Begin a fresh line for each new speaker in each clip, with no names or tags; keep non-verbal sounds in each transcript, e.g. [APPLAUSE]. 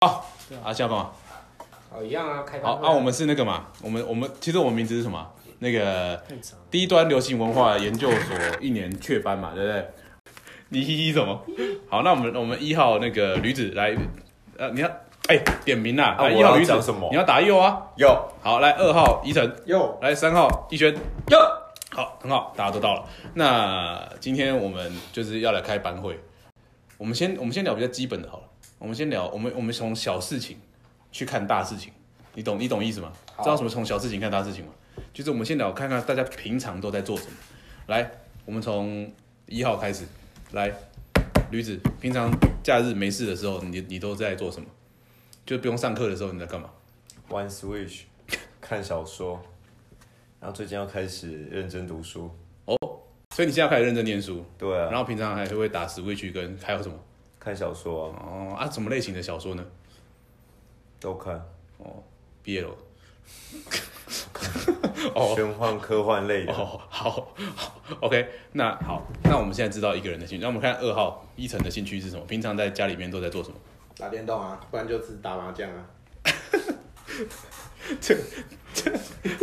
啊，下班嘛。
好，一样啊，开
好，
放。
那、我们是那个嘛，我们我们其实我们名字是什么啊？那个
太长了。
低端流行文化研究所一年雀班嘛，对不对？你嘻嘻什么？好，那我们我们一号那个驴子来，呃，你要哎、点名啦，
啊
来
我
一号
要
驴子
讲什么
你要打右啊。
有
好，来二号宜晨，
哟，
来三号逸轩，
有，
好，很好，大家都到了。那今天我们就是要来开班会，我们先我们先聊比较基本的好了，我们先聊我们我们从小事情去看大事情，你懂你懂意思吗？
好
知道什么从小事情看大事情吗？就是我们先聊看看大家平常都在做什么。来，我们从一号开始，来，驴子，平常假日没事的时候，你你都在做什么？就不用上课的时候你在干嘛？
玩 Switch，看 [LAUGHS] 小说，然后最近要开始认真读书。
所以你现在开始认真念书，
对啊，
然后平常还会打 Switch 跟还有什么？
看小说啊，
哦啊，什么类型的小说呢？
都看，
哦，BL。哦
玄幻科幻类的。
哦，好好，OK，那好，那我们现在知道一个人的兴趣，那我们看二号一层的兴趣是什么？平常在家里面都在做什么？ [LAUGHS]
打电动啊，不然就是打麻将啊。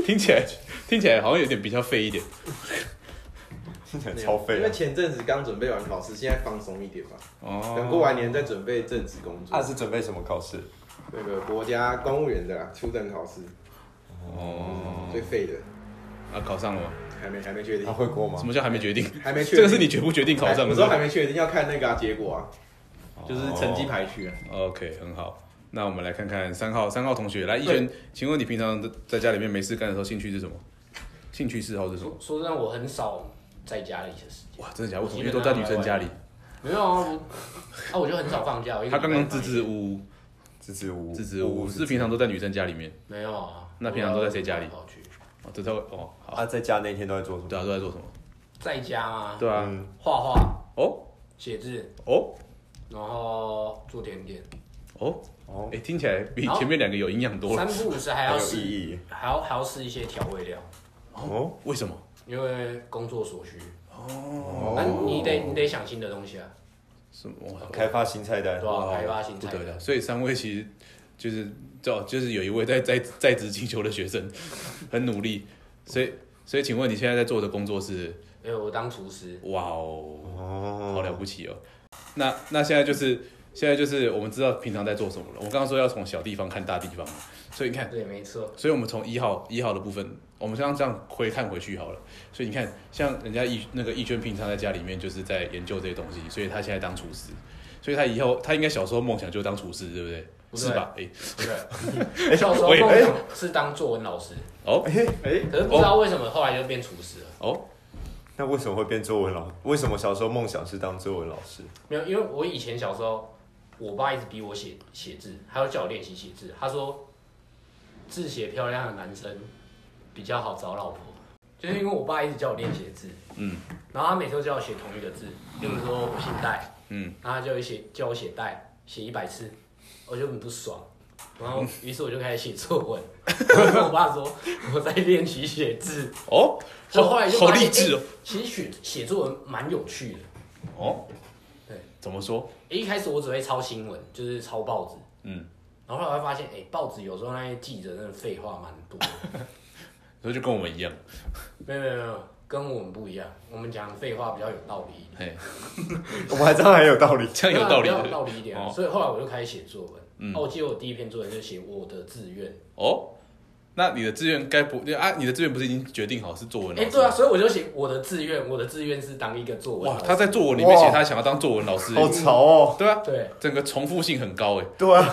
听起来听起来好像有点比较废一点。
听起来超废
因为
啊。
前阵子刚准备完考试，现在放松一点吧。等过
哦，
完年再准备正职工
那
作。
啊是准备什么考试？
那个国家公务员的啊初等考试
哦，
最废的，
啊，考上了吗？
还没还没确
他
定，
啊会过吗
什？么叫还没决定？
[LAUGHS] 还没确定。
这
哎
个是你决不决定考上
我
的
说还没确定，要看那个啊结果啊，
哦
就是成绩排序啊。
OK，很好。那我们来看看三号三号同学，来一轩，请问你平常在家里面没事干的时候，兴趣是什么？兴趣嗜好是什么？
说说真的，我很少在家里的时间，
哇，真的假的？我怎么因为都在女生家里？
没有啊，我啊我就很少放假。我一个
他
礼拜
刚刚
放
支
一
支吾吾，
支支吾吾，
支支吾吾，是平
常
常都在女生家里面。
没有啊，
那平常都在谁家里
我跑去
哦，这他哦，好，
啊，在家那天都在做什么？
对啊，都在做什么？
在家啊，
对啊，
嗯，
画画、
哦
写字，
哦
然后做甜点，
哦，
哦，
哎，听起来比前面两个有营养多
三
了。
不五时还
很
要
有意
试，
义。
还要还要试一些调味料，
哦，
为什么？
因为工作所需。
哦，
那
哦，
你得你得想新的东西啊，
什么？哇
哦开发新菜单
对。啊吧？开发新
哦不
菜
得了！所以三位其实啊就是就就是有一位在在在职进修的学生，很努力。所以所以，请问你现在在做的工作是？
因为哎我当厨师，
哇哦，
哦，
好了不起哦！那那现在就是现在就是我们知道平常在做什么了。我刚刚说要从小地方看大地方嘛，所以你看。
对，没错。
所以我们从一号一号的部分，我们像这样回看回去好了。所以你看，像人家易那个易娟平常在家里面就是在研究这些东西，所以她现在当厨师，所以她以后她应该小时候梦想就是当厨师，对不对？
不对
是吧？哎、
对，小时候
喂
梦
哎
想是当作文老师，
哦
哎，
可是不知道为什么后来就变厨师了。
哦，
那为什么会变作文老？为什么小时候梦想是当作文老师？ [LAUGHS]
没有，因为我以前小时候，我爸一直逼我写写字，还要叫我练习写字。他说，字写漂亮的男生比较好找老婆，就是因为我爸一直叫我练写字，
嗯
然后他每次都叫我写同一个字，例如说我姓戴，
嗯，
然后他就会写叫我写戴，写一百次，我就很不爽。然后，于是我就开始写作文。 [LAUGHS] 我跟我爸说我在练习写字，
哦，
所以
好
后来就
好
发现
励志哦、
其实写写作文蛮有趣的。
哦，
对，
怎么说？
一开始我只会抄新闻，就是抄报纸，
嗯，
然后后来我发现，哎、报纸有时候那些记者真的废话蛮多的。
所以就跟我们一样，
没有没有没有，跟我们不一样，我们讲废话比较有道理一点。
嘿，
我还真的很有道理。
这 [LAUGHS] 样有道理
比较
的
有道理一点啊、
哦
所以后来我就开始写作文。
嗯
哦，我记得我第一篇作文就写我的志愿。
哦。那你的志愿该不啊？你的志愿不是已经决定好是作文
哎、
老师？
对啊，。所以我就写我的志愿，我的志愿是当一个作文
哇
老，师。
他在作文里面写
哇
他想要当作文老师，
好潮哦。
对啊，
对，
整个重复性很高哎。
对啊，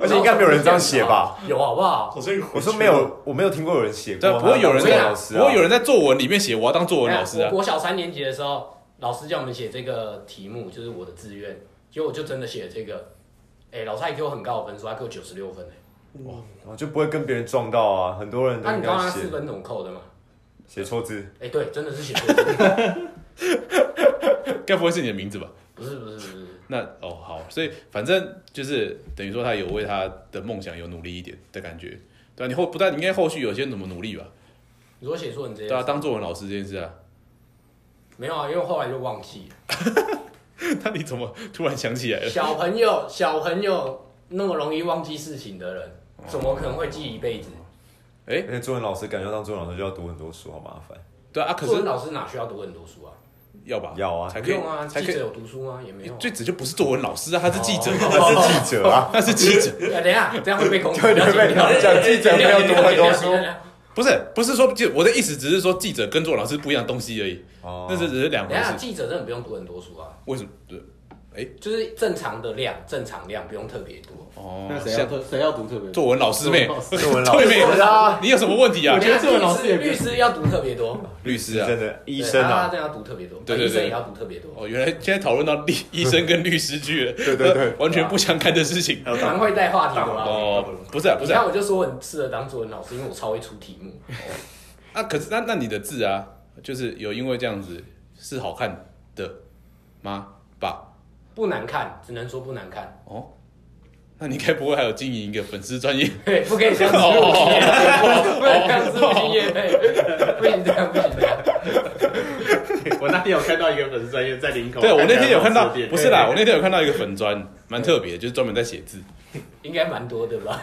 而且应该没有人这样写吧？
哦有好不好？
我这
我说没有，我没有听过有人写过。
对啊，不会有人
当
在，
老师、啊，
不会有人在作文里面写我要当作文老师啊
我。国小三年级的时候，老师叫我们写这个题目，就是我的志愿，结果我就真的写了这个。哎、老师还给我很高的分数，他给我九十六分哎、
我就不会跟别人撞到啊。很多人都
那、
应
你知道
该
他
写
四分怎么扣的吗？
写错字，
哎、对，真的是写错字，哎
该不会是你的名字吧？
不是不是不是，
那哦好，所以反正就是等于说他有为他的梦想有努力一点的感觉，对啊，你后不但你应该后续有些怎么努力吧？
你说写错你这些
对啊，当作文老师这件事啊， [LAUGHS]
没有啊，因为后来就忘记了。
那你怎么突然想起来了？
小朋友，小朋友那么容易忘记事情的人，怎么可能会记一辈子？
而且作文老师感觉当作文老师就要读很多书，好麻烦。
对啊，可
作文
是
老师哪需要读很多书啊？
要吧，
要啊
才
不
可以
用啊，
才
记
可
者
以。
有读书吗？也没有啊。
最子就不是作文老师啊，他是记者，
哦
是 [LAUGHS] 记者啊，
[LAUGHS] 他是记者，
哎等一下，这样会被攻击。
对
要剪掉
对被讲记者没有读很多书
不是不是说记，我的意思只是说记者跟作文老师不一样的东西而已，
哦
那 [LAUGHS] 是只是两
等
回
一下，
事。
记者真的不用读很多书啊，
为什么？对
就是正常的量，正常量不用特别多。
哦
啊
那，谁要
像
特谁要读特别？
作文老师妹，
作文老
对
师
妹，
啊，
你有什么问题啊
我？觉得这个老师也不
律师要读特别多，
律师啊
真，的医生
对他
啊，
这样要读特别多，
对对对
医生也要读特别多，
哦，原来现在讨论到律医生跟律师去了，呃
对对对
完全不相干的事情。
蛮会带话题的
哦
吧？，
不是啊，不
你
是啊
看，我就说我很适合当作文老师，因为我超会出题目。
啊，可是那那你的字啊，就是有因为这样子是好看的吗？吧？
不难看，只能说不难看。
哦，那你该不会还有经营一个粉丝专业？
对，不可以这样子，不能这样子，不行业配，不行这样，不行这样。
[LAUGHS] 我那天有看到一个粉丝专业在林口，
对啊我那天有看到，
店
不是啦，我那天有看到一个粉砖，蛮特别，就是专门在写字，
应该蛮多的吧？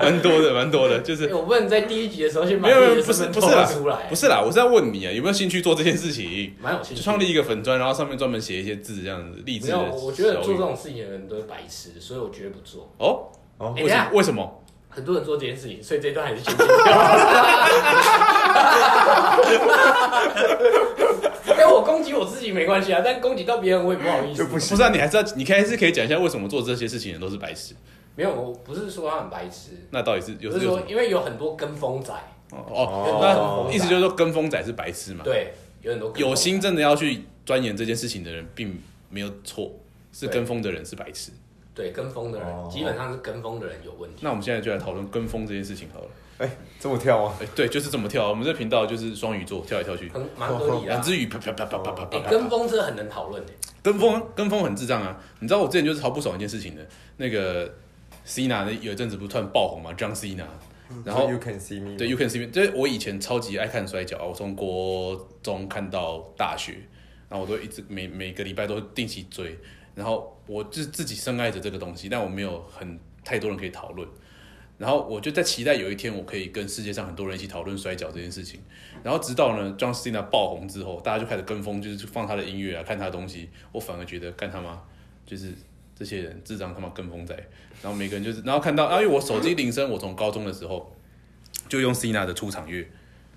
蛮多的，蛮多的，就是
欸我不能在第一集的时候先把
没有没有，
自己的
不是
身份
不是
透露
啦
出来，，
不是啊啦，我是在问你啊，有没有兴趣做这件事情？
蛮有兴
就
趣。
创立一个粉砖，然后上面专门写一些字，这样子励志
没
的
有，
小语。
我觉得做这种事情的人都是白痴，所以我绝对不做。
哦，
哦
哎、
为
等一
什
下
么？为什么？
很多人做这件事情，所以这一段还是先剪掉。 [LAUGHS] 哎、我攻击我自己没关系啊，但攻击到别人我也不好意思。
不是啊，你还是要，你还是可以讲一下为什么做这些事情的人都是白痴。
没有，我不是说他很白痴，
那到底是有
我是
是有
说
什么？
因为有很多跟风仔，
哦，
哦
那意思就是说跟风仔是白痴嘛？
对，有很多跟风仔
有心真的要去钻研这件事情的人，并没有错，是跟风的人是白痴。
对跟风的人、
哦
基本上是跟风的人有问题。
那我们现在就来讨论跟风这件事情好了。
哎，这么跳吗？
哎，对，就是这么跳啊。我们这频道就是双鱼座，跳来跳去，
很
[LAUGHS]
蛮合理的、
两
啊。
只鱼啪啪啪啪啪啪啪
哎、
啪。
跟风真的很能讨论的。
跟风跟风很智障啊！你知道我之前就是超不爽一件事情的，那个 Cina 那有一阵子不是突然爆红嘛，John Cina，然后
说 You can see me，
对 You Can See Me，就是我以前超级爱看摔跤啊，我从国中看到大学，然后我都一直每每个礼拜都定期追，然后我就是自己深爱着这个东西，但我没有很太多人可以讨论。然后我就在期待有一天我可以跟世界上很多人一起讨论摔跤这件事情。然后直到呢，John Cena 爆红之后，大家就开始跟风，就是放他的音乐啊，看他的东西。我反而觉得干他妈就是这些人智障他妈跟风仔。然后每个人就是，然后看到，啊，因为我手机铃声，我从高中的时候就用 Cena 的出场乐，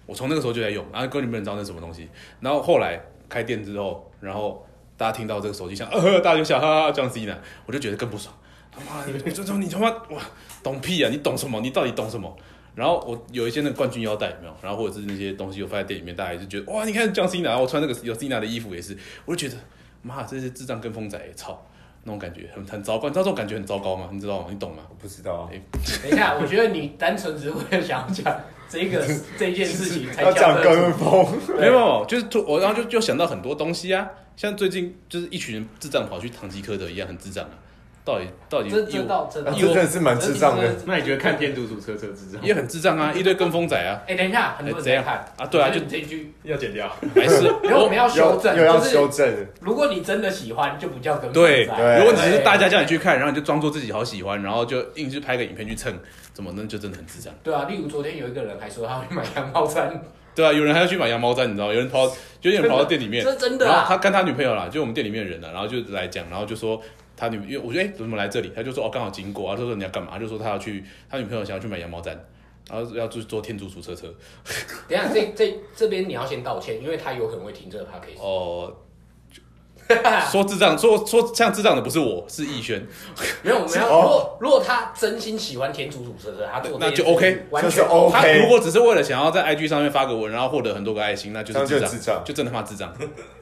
我从那个时候就在用，然后根本没有人知道那是什么东西。然后后来开店之后，然后大家听到这个手机响， [LAUGHS] 呃，大家就笑，哈哈哈，John Cena，我就觉得更不爽。他妈的，你这种你他妈哇，懂屁啊！你懂什么？你到底懂什么？然后我有一些那个冠军腰带有没有？然后或者是那些东西我放在店里面，大家也是觉得哇，你看 John Cena，然后我穿那个有 Cena 的衣服也是，我就觉得妈，这些智障跟风仔，操！那种感觉很很糟糕，你知道这种感觉很糟糕吗？你知道吗？你懂吗？
我不知道啊，
等一下，我觉得你单纯只是为了想要讲这
[LAUGHS]
个这件事情才
要讲
这个
跟
[LAUGHS]
风，啊
没有没
[LAUGHS]
有，哦就是突我，然后就就想到很多东西啊，像最近就是一群人智障跑去堂吉诃德一样，很智障啊，到底到底
这这
有
倒真的
啊这真的是蛮智障的。
那你觉得看天竺鼠车车智障？
也很智障啊，一堆跟风仔啊，
哎，等一下，很多人在看
哎怎样啊对啊
就
就
是你这一句，
要剪掉，
还
[LAUGHS]
是
因为我们要修
又
正，
又要
就是
修正，
如果你真的喜欢，就不叫跟风
对，
仔
对
如果你是大家叫你去看，然后你就装作自己好喜欢，然后就硬去拍个影片去蹭，怎么那就真的很智障。
对啊，例如昨天有一个人还说他会买羊毛 [LAUGHS] 衫，
对啊，有人还要去买羊毛毡，你知道吗？有人跑，就有点跑到店里面，
这是真的
然后
啊。
他跟他女朋友啦，就我们店里面的人啦，然后就哦来讲，然后就说他女，因为我觉得哎、怎么来这里？他就说哦刚好经过啊，他说你要干嘛？他就说他要去，他女朋友想要去买羊毛毡，然后要去坐天竺鼠车车。
等一下，这这这边你要先道歉，因为他有可能会听这个 p o d c
哦，
a s
说哦智障，说说像智障的不是我，是逸轩，
没有，我们要
哦
如果如果他真心喜欢田主主车车，他做
那
这
就
件事情
OK，
完
这是哦
全
OK
他如果只是为了想要在 IG 上面发个文，然后获得很多个爱心，那就是
这
智
样就
障，
是智障
就真的他妈智障。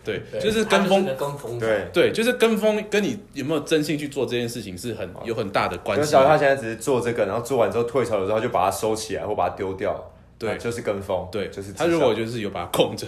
对，
对
就是
他
跟风
真的跟风仔
对。
对，就是跟风，跟你有没有真心去做这件事情是很有很大的关
哦就
系
假。如他现在只是做这个，然后做完之后退潮的时候，他就把它收起来或把它丢掉，
对
那就是跟风，
对，
就是
他如果
就
就是有把它控着，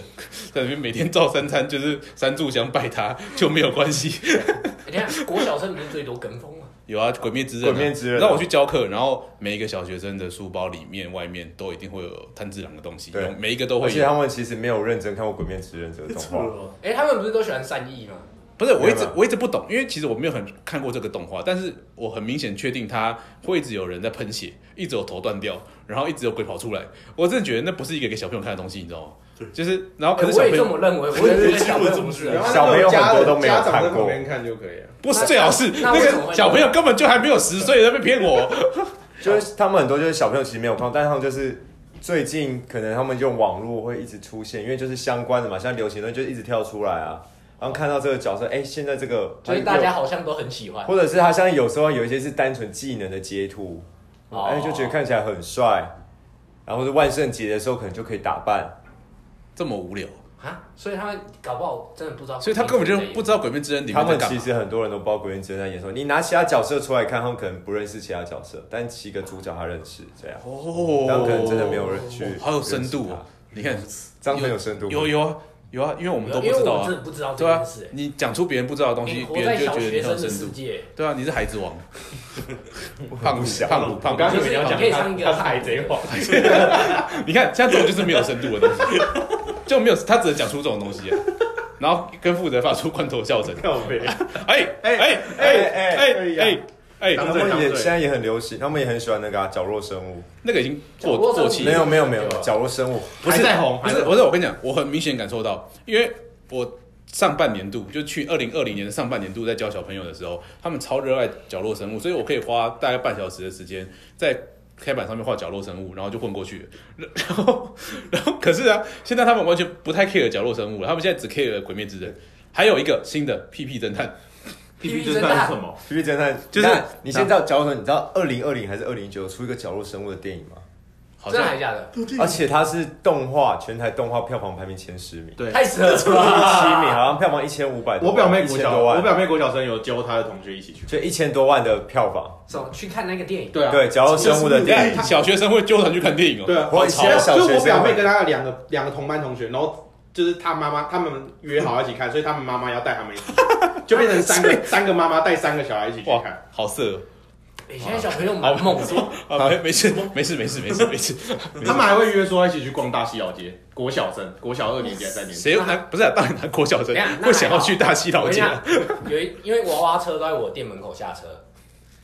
在里面每天照三餐，就是三炷香拜他就没有关系。
哎等一下，国小生不是最多跟风吗？
有啊，《鬼灭之刃》啊，
鬼灭之刃啊
让我去教课，然后每一个小学生的书包里面、外面都一定会有炭治郎的东西，
对
有每一个都
而
会
且他
有。
们其实没有认真看过《鬼灭之刃》这个动画，
哎、他们不是都喜欢善意吗？
不是，我一直
没有啦
我一直不懂，因为其实我没有很看过这个动画，但是我很明显确定他会一直有人在喷血，一直有头断掉，然后一直有鬼跑出来。我真的觉得那不是一个给小朋友看的东西，你知道吗？就是，然后可是小
哎我也
朋
这
友、
么认为，我也觉得小朋友不是
然
啊。
后
小朋友很多都没有
家长在
看过
旁边看就可以了。
不是
那
最好是
那
那
为什么
个
会
小朋友根本就还没有十岁，在被骗我。
就是他们很多就是小朋友其实没有看过，但是他们就是最近可能他们用网络会一直出现，因为就是相关的嘛，像流行的就一直跳出来啊，然后看到这个角色，哎、现在这个哎
就是大家，好像都很喜
哎
欢
或者是他像有时候有一些是单纯技能的截图，哎、
哦
就觉得看起来很帅，然后是万圣节的时候可能就可以打扮，
这么无聊，
啊，所以他们搞不好真的不知道，
所以他根本就不知道《鬼灭之刃》里
他
面在
们
干
其
嘛。
实很多人都不知道鬼灭之刃在演什么，你拿其他角色出来看，他们可能不认识其他角色，但七个主角他认识，这样，
哦
但可能真的没有人去
好有深度
认识
哦
他！
你看，
这样很有深度吗
有有啊有啊，因为我们都不
因为
知道
我们
啊
真，的不知道这
对啊
件事，，
你讲出别人不知道的东
哎你
西，
活
别
在
人就
小
觉得你
学
很有
生的
深度
世。界，
对啊，你是孩子
[LAUGHS]
王，胖虎
想
胖虎
我
胖
刚
虎
刚以为你要讲
可以唱一个
他他是海贼王，
你看像这种就是没有深度的东西，就没有他只能讲出这种东西、啊，然后跟负责发出罐头笑声，
靠 [LAUGHS] 背，
哎哎哎哎哎哎哎，
他们也现在也很流行，他们也很喜欢那个、啊、角落生物。
那个已经
角落
过
生物
过期了
没，有没有没有，角落生物
不是
还在红
不
还
是
在
不是，我跟你讲，我很明显感受到，因为我上半年度就去二零二零年的上半年度在教小朋友的时候，他们超热爱角落生物，所以我可以花大概半小时的时间在。黑板上面画角落生物，然后就混过去了，然后，然后可是啊，现在他们完全不太 care 角落生物了，他们现在只 care 鬼灭之刃，还有一个新的屁屁侦探，
屁屁侦探是什么？
《皮皮侦探》，
就是
那你先知道角落生物，你知道二零二零还是二零一九出一个角落生物的电影吗？
好
真的
像
还假的？
而且它是动画，全台动画票房排名前十
[LAUGHS]
名，
对
太扯了
第七名
吧！
好像票房一千五百多
我
万，
表妹国
1000
小，
多
我
万，
表妹国小生有揪她的同学一起去。
就一千多万的票房。
什么去看那个电影？
对啊，
对，角落生物的电影，
哎小学生会纠缠去看电影哦、
对啊，
我以前的小
就
学
我表
生
妹
会，
跟她的两个两个同班同学，然后就是她妈妈他们约好一起看，所以他们妈妈要带他们一起， [LAUGHS] 就变成三个三个妈妈带三个小孩一起去
哇
看。，
好色
哎，现在小朋友蛮猛
[LAUGHS]
的，
哦啊！没没事没事没事没事没事，
他们还会约说一起去逛大西老街，国小生，国小二年级还是三年级，
谁拿不是、啊？当然拿郭晓生
等一下那
会想要去大溪老
我跟你
街啊
讲，有一因为娃娃车都在我店门口下车，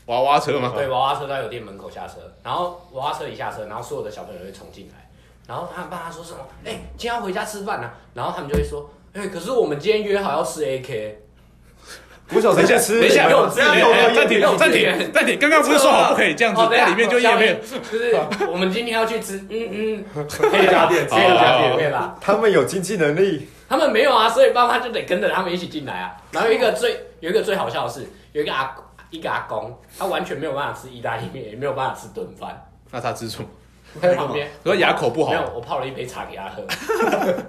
娃娃车吗？
对，娃娃车在我店门口下车，然后娃娃车一下车，然后所有的小朋友就会冲进来，然后他爸他说什么？哎、今天要回家吃饭呐、啊然后他们就会说，哎、可是我们今天约好要吃 AK，
鼓手
等一下，
吃，
等一下，
没有这样有有有
暂停，
有有
暂停，暂停。刚刚不是说好不可以这样子
哦，，等一下
那里面就页面。
就是
[LAUGHS]
我们今天要去吃，嗯嗯，
可以加点，可
好
以加
好好
点。
对吧？
他们有经济能力，
他们没有啊，所以爸妈就得跟着他们一起进来啊。然后有一个最有一个最好笑的是，有一个阿一个阿公，他完全没有办法吃意大利面，也没有办法吃炖饭，
那他吃醋，
他在旁边，
说牙口不好
没，有，我泡了一杯茶给他喝。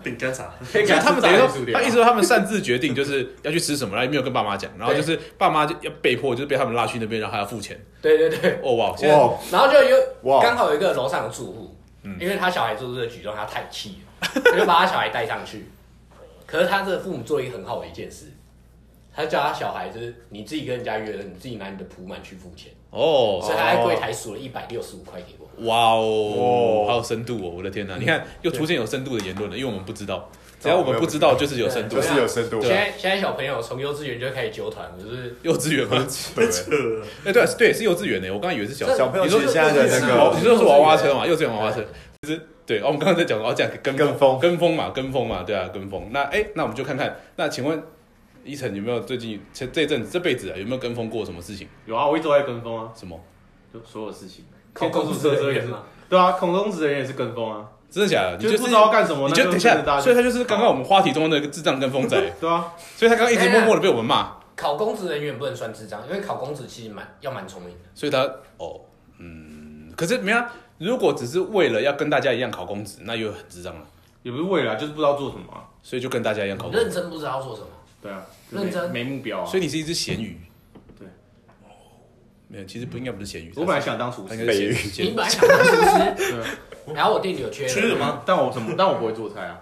饼干茶，
可以
哦所以他们等于说，他意
一
思
直
说他们擅自决定就是要去吃什么，然后也没有跟爸妈讲，然后就是爸妈就要被迫就是被他们拉去那边，然后还要付钱。
对对对，
哦哇，现在
哇，
然后就有
哇嗯
刚好有一个楼上的住户，因为他小孩做这个举动，他太气了，我就把他小孩带上去。可是他这个父母做一个很好的一件事，他叫他小孩就是你自己跟人家约了，你自己拿你的铺满去付钱，
哦
所以他在柜台数了一百六十五块给我。
哇哦，好有深度哦！我的天
嗯
哪，你看又出现有深度的言论了，因为我们不知
哦
道，只要我们不知道就是有深度
就。是有深度
现。在现在小朋友从幼稚园就开始纠团，就是
幼稚园
[LAUGHS]
吗？
对
扯，
哎，对对，是幼稚园呢，我刚刚以为是小
小朋友其实现在的那
哦，
个
你说是娃娃车嘛，幼稚园娃娃车，就是对。哦，我们刚刚在讲哦，讲跟
跟风
跟风嘛，跟风嘛，对啊，跟风。那哎、那我们就看看，那请问依晨有没有最近这这阵子这辈子啊有没有跟风过什么事情？
有啊，我一直都在跟风啊，
什么？
就所有事 [LAUGHS] 情。
靠公
主
司
车
车
车
人
也
员
是，
嘛。
对啊，孔公子人员也是跟风啊，
真的假的？你
就是
是
不知道干什
你
么，那
就等一下
跟着大，家
所以他就是刚刚我们话题中的那个智障跟风
[LAUGHS]
仔，
对啊，
所以他刚刚一直默默的被我们骂，
考公职人员不能算智障，因为考公职其实蛮要蛮聪明的。
所以他哦，嗯，可是没啊，如果只是为了要跟大家一样考公职，那又很智障了，
也不是为了，就是不知道做什么啊，
所以就跟大家一样
哦
考公
认
职，
真不知道做什么，
对啊，
认真
没目标啊
所。以你是一只咸鱼，
对
哦，没有，其实不应该不是咸鱼，
我本来想当厨
他
师，
应该是
北
咸
你
咸
本来想当厨师，
对啊，
然后我店里有缺人
缺什么？
但我什么，但我不会做菜啊，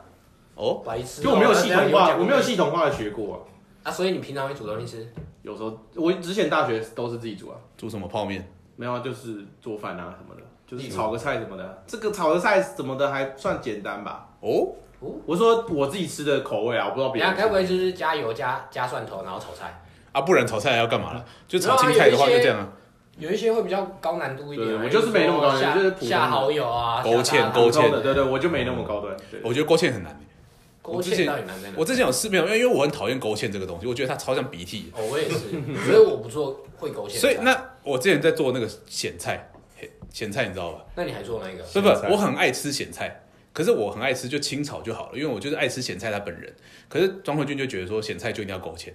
哦，
白痴哦，
就我没有系
那等
统
一下
化，
讲
我没有系统化的学过啊。
啊，所以你平常会煮东西吃？
有时候我之前大学都是自己煮啊，
煮什么泡面？
没有啊，就是做啊饭啊什么的，就是炒个菜什么的。这个炒个菜什么的还算简单吧？
哦，
哦
我说我自己吃的口味啊，我不知道
等一
别
下
人。
该不会就是加油加加蒜头，然后炒菜？
啊，不然炒菜还要干嘛了？就炒青菜的话就这样啊，
有一些会比较高难度一点啊、
对我就是没那么高难度
下
就是普通的
下好友啊，
勾芡
下大
勾
普
芡哦
通的，对对，我就没那么高端。对，啊
我觉得勾芡很难。
勾
我之前
芡到底难在哪？
我之前有试没有，因为因为我很讨厌勾芡这个东西，我觉得它超像鼻涕的。
哦，我也是，所以我不做会勾芡的菜。
啊
所以那我之前在做那个咸菜，嘿咸菜你知道吧？
那你还做哪一个？
不
咸
不
菜，
我很爱吃咸菜，可是我很爱吃就清炒就好了，因为我就是爱吃咸菜他本人。可是庄慧君就觉得说咸菜就一定要勾芡，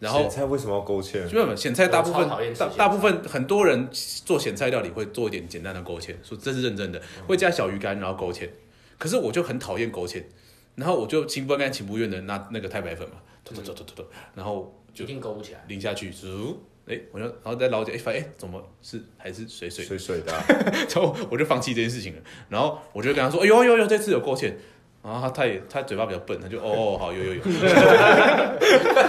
然后
咸菜为什么要勾芡？
没有没有咸菜大部
我
分
超讨厌吃
大
咸菜
大部分很多人做咸菜料理会做一点简单的勾芡，说这是认真的，
嗯
会加小鱼干然后勾芡。可是我就很讨厌勾芡，然后我就情不甘情不愿的拿那个太白粉嘛，突突
嗯
突突突突，然后就
一定勾不起来。
淋下去，咻，哎、我就然后再捞起来，哎、发现哎、怎么是还是水水的
水水的啊、
[LAUGHS] 然后我就放弃这件事情了。然后我就跟他说：“哎呦呦呦，这次有勾芡。”然后他他也他嘴巴比较笨，他就哦哦好有
[LAUGHS]
有有，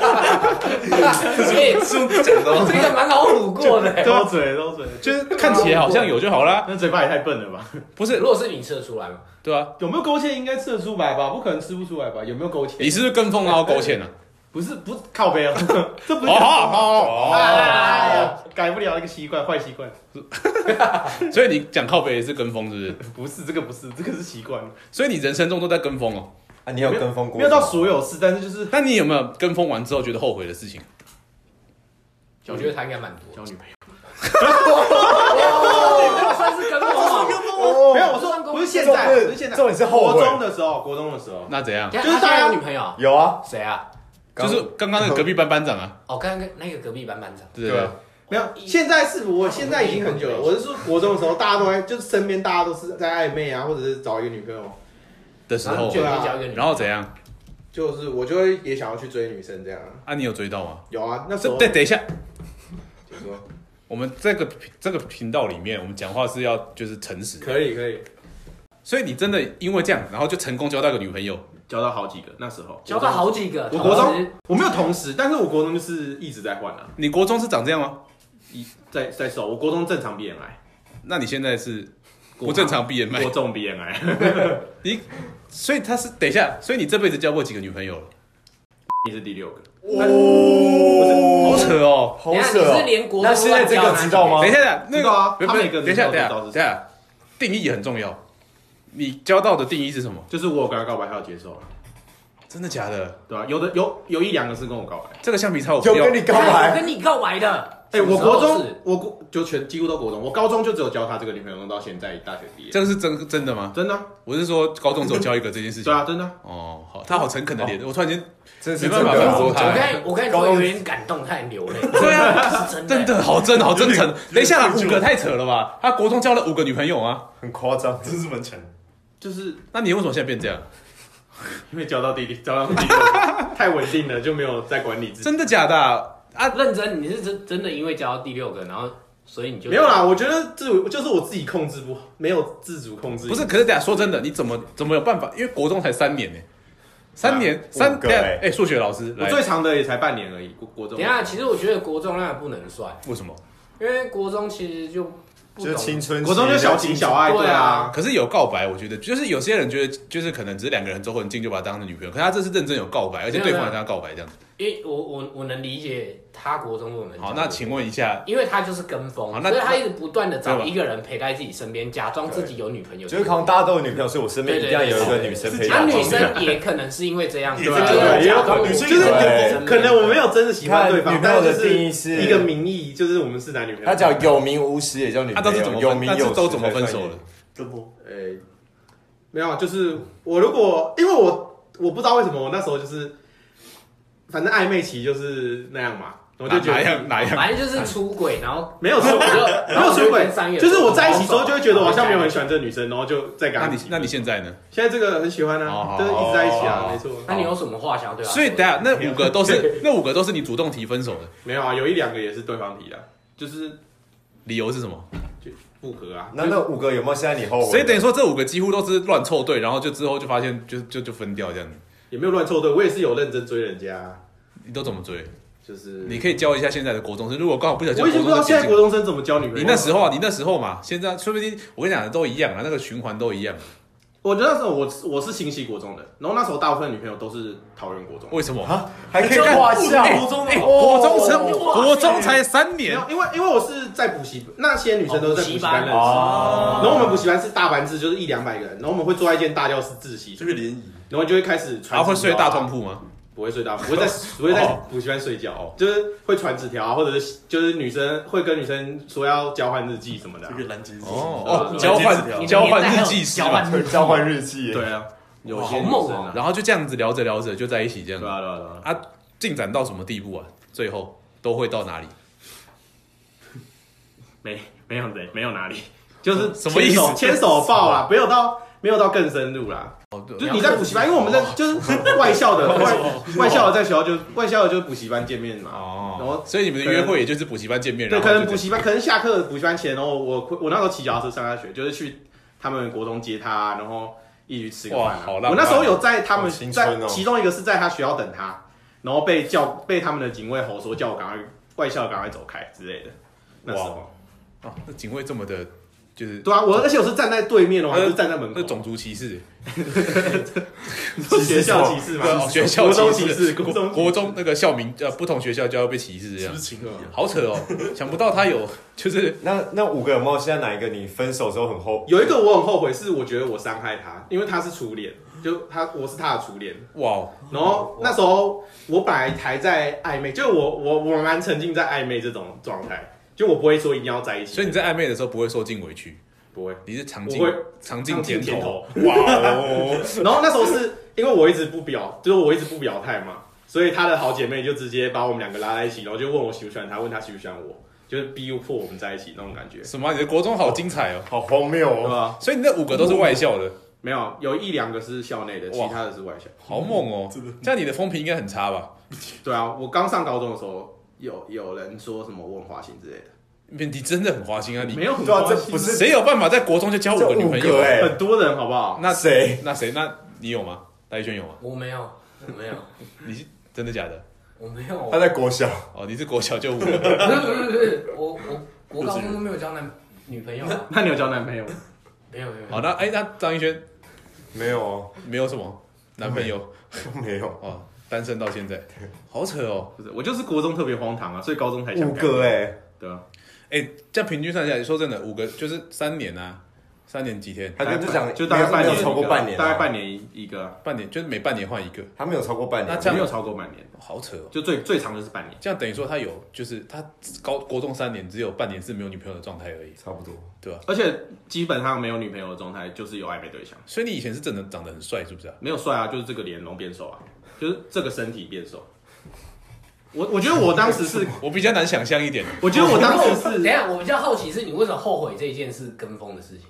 哎，这个蛮好唬过的欸。
都嘴都嘴，
就是看起来好像有就好啦，
啊那嘴巴也太笨了吧？
不是
如果是你吃得出来吗？
对啊？
有没有勾芡应该吃得出来吧？不可能吃不出来吧？有没有勾
你
芡？
是不是跟风然后勾芡啊？
不是不是靠背啊，这不
哦好
是。
好
哦
哎
好
哦
呀改不了那个习惯，坏习惯。 [LAUGHS]
哦，所以你讲靠北也是跟风是不是？
不是这个，不是这个是习惯，
所以你人生中都在跟风哦。
啊，你有跟风过？
没有到所有事，但是就是
那你有没有跟风完之后觉得后悔的事情？
我觉得他应该蛮多。
交女朋友。
哦，这个算是跟风。
哦
没有，我说不是现在，
重点是
不是现在，
重点是后悔
国中的时候，国中的时候，
那怎样？
就
就是
是
大
他
家
有女朋友，
有啊，
谁啊？
就是刚刚那个隔壁班班长啊，
哦，刚刚那个隔壁班班长。
对不对
对啊？没有，现在是我现在已经很久
哦
了。我是说国中的时候，大家都在，就是身边大家都是在暧昧啊，或者是找一个女朋友，
的时
然
候
后
啊
你，就已经交一个女朋友，
然后怎样？
就是我就会也想要去追女生这样啊。
啊，你有追到吗？
有啊，那时
这
候
等等一下，
就说
我们这个这个频道里面，我们讲话是要就是诚实的，
可以可以，
所以你真的因为这样，然后就成功交到一个女朋友，
交到好几个那时候，
交到好几个。
我国
同时
中我没有同时，但是我国中就是一直在换啊，
你国中是长这样吗？
一在在瘦。我国中正常 BMI，
那你现在是
国
不正常 BMI，
国中 BMI，
所以他是等一下，所以你这辈子交过几个女朋友了？
[LAUGHS] 你是第六个。
哦
好扯哦！
好
等一下
扯
你
哦
是连国中
那现在这个知道吗
等一？下，那
哦知道啊
个
他每个人
等一下，
都
等一下，
知道
等一下，定义很重要。你交到的定义是什么？
就是我有跟他告白，他有接受了，
真的假的？
对吧、有的有有一两个是跟我告白，
这个橡皮擦我
有
不要
跟，你告
哎
[LAUGHS]
我
白，
跟你告白的。
哎、我国
什么时候
中
是
我国就全几乎都国中，我高中就只有交他这个女朋友，弄到现在大学毕业，
这个是真真的吗？
真的啊、
我是说高中只有交一个这件事
对
情。
啊，真的啊、
哦，好，他好诚恳的脸，我突然间
这是
没
真
办法
的啊。
反驳他
我看我看你说有点感动，差点流泪。
对啊
是真的
真
欸。
的好真好真
[LAUGHS]
诚。等一下啦，
啊
愧疚
五个太扯了吧？他国中交了五个女朋友啊？
很夸张，
这是门墙。
就是
那你为什么现在变这样？
[LAUGHS] 嗯因为交到弟弟，交到弟 [LAUGHS] 弟太稳定了，就没有在管理自己。
真的假的啊？
啊，认真，你是真真的因为交到第六个，然后所以你就
没有啦，我觉得这就是我自己控制不好，没有自主控制。
不是，可是等一下说真的，你怎么怎么有办法？因为国中才三年呢，三年
五
三
个
等一下
欸
哎，数学老师
我
来，
最长的也才半年而已，国国中
等一。下，其实我觉得国中那个不能算，
为什么？
因为国中其实就不
就是
懂
青春期，
国中就小情小爱，对
对
啊
啊，
可是有告白，我觉得就是有些人觉得就是可能只是两个人走很近就把她当成女朋友，可是他这是认真有告白，而且对方也跟他告白这样子。
因为我我我能理解他国中我能理解
好，那请问一下，
因为他就是跟风，
好那
所以他一直不断的
对
找
吧
一个人陪在自己身边，假装自己有女朋友。
就是可能大家都有女朋友，所以我身边一定要有一个女生陪
那
伴。
啊女生也可能是因为这样，
对
就
啊
是
对啊也有
假
可
能
装我
女
就
性
是
对
我可能我没有真的喜欢对方
看，女朋
但
友的
就
定义
是
是
一个名义，就是我们是男女朋友。
他叫有名无实也叫女
他
朋
都
友，
是怎么
有
分？
名
那
有
是
实
都怎么分
才算
手
有
的？
怎么？
呃、没有啊，就是我如果因为我我不知道为什么我那时候就是，反正暧昧期就是那样嘛，我就觉
哪哪
得
样哪样？
反正就是出轨，然后
[LAUGHS] 没有出
[LAUGHS]
轨，没有出轨，就是我在一起之后就会觉得我好像没有很喜欢这个女生，然后就再跟
那
她一
你
起。
那你现在呢？
现在这个很喜欢
哦
啊，就是一直在一起
哦
啊，没错。
那你有什么话想要对他说？哦
所以等一下那五个都是那五个都是你主动提分手的，
没有啊，有一两个也是对方提的，啊就是
理由是什么？
就不合啊。
那那五个有没有现在你后悔？
所以等于说这五个几乎都是乱凑对，然后就之后就发现就就就分掉这样子。
也没有乱凑对，我也是有认真追人家啊，
你都怎么追？
就是
你可以教一下现在的国中生，如果刚好不小心，
我已经不知道现在国中生怎么交女朋友。
你那时候啊，你那时候嘛，现在说不定我跟你讲的都一样啊，那个循环都一样。
我觉得那时候我我是新西国中的，然后那时候大部分女朋友都是桃园国中。
为什么？
啊还可以
这
看
哇
笑
哎
国中
哎
哦
国中才
哇
国中才三
没
年，
有，因为因为我是在补习，那些女生都是在补习班认识的。
哦
然后我们补习班是大班制，就是一两百个人，然后我们会坐在一间大教室自习，
这个联谊，
然后就会开始传。
然
啊
啊后会睡大通，铺吗？
不会睡大，不会 [LAUGHS] 在不会在补习班睡觉哦，就是会传纸条啊，或者是就是女生会跟女生说要交换日记什么的啊
这。个蓝鲸
哦哦，
对
交
这
换
个
交换日记师
交
嘛，
换日记
交换日记，
对啊，有些
好
女
猛
生
哦
啊，
然后就这样子聊着聊着就在一起，这样
对
子
啊对啊对啊，
啊，进展到什么地步啊？最后都会到哪里？
没没有的，没有哪里， [LAUGHS] 就是
什么意思
牵手牵手抱啦，没有到没有到更深入啦。
哦，对
就是你在补习班，因为我们在就是 [LAUGHS] 外校
[LAUGHS]
的外外校的在学校就外校的就是补习班见面嘛，
哦，
然后
所以你们的约会也就是补习班见面，
对，
然后
可能
就
补习班可能下课补习班前，然后我我那时候骑脚踏车上下学，就是去他们国中接他，然后一起吃个饭、
哇
啊。
好浪漫
我那时候有在他
好
们
青
在
春哦
其中一个是在他学校等他，然后被叫被他们的警卫吼说叫我赶快外校赶快走开之类的。那时候
哦，那警卫这么的，就是
对啊，我而且我是站在对面哦，还
呃
是站在门口
那？种族歧视，
是学校歧视嘛哦
对啊，学校
国中
歧
歧视，国中歧视
国中那个校名呃不同学校就要被歧视这
是不
样
是，情侣啊？
好扯哦，想不到他有就是
那那五个有没有现在哪一个你分手之后很后？
有一个我很后悔，是我觉得我伤害他，因为他是初恋，就他我是他的初恋。
哇哦，
然后那时候我本来还在暧昧，就我我我蛮沉浸在暧昧这种状态，就我不会说一定要在一起，
所以你在暧昧的时候不会受尽委屈，
不会。
你是尝尽
我会
尝尽
进
甜头，
头，
哇哦！
然后那时候是因为我一直不表，就是我一直不表态嘛，所以她的好姐妹就直接把我们两个拉在一起，然后就问我喜不喜欢她，问她喜不喜欢我，就是逼迫我们在一起那种感
[LAUGHS]
觉，
什么啊？你的国中好精彩哦，
好荒谬
对
哦！
吧？
所以你那五个都是外校的，
没有，有一两个是校内的，其他的是外校。
好猛哦
真的！
这样你的风评应该很差吧？
对啊，我刚上高中的时候，有有人说什么问花心之类的，
你你真的很花心啊！你
没有很
对啊，
花
这
心，
不是
谁有办法在国中就交五
这
个女
五
朋友
个
啊？
哎，
很多人好不好？
那
谁？
那谁？那你有吗？戴轩有吗？
我没有，我没有，
你是真的假的？
我没
[LAUGHS]
有，
他在国小，
哦，你是国小就五个，
[LAUGHS] 不是不是不是，我我我高中都没有交男女朋友
[LAUGHS]
啊，
那你有交男朋友吗？
没有没有。
好，那哎，那张艺轩
没有哦，
没有什么男朋友
没有
哦，单身到现在，好扯哦。
不是，我就是国中特别荒唐啊，所以高中才想
五个
哎、
哎，
对啊，
哎，这样平均算下来，说真的，五个就是三年啊，三年几天，
哎他就讲
就大概半
没
年
有
一个，
超过半年，啊
大概半，年一个啊，
半年就是每半年换一个，
他没有超过半年
那。这样
没有超过半年，
好扯哦。
就最最长就是半年。
这样等于说他有，就是他高国中三年只有半年是没有女朋友的状态而已，
差不多，
而且基本上没有女朋友的状态，就是有暧昧对象，
所以你以前是真的长得很帅，是不是啊？
没有帅啊，就是这个脸容变瘦啊，就是这个身体变瘦。我我觉得我当时是，
我比较难想象一点，
我觉得我当时
等一
是，
下，我比较好奇是你为什么后悔这一件事跟风的事情？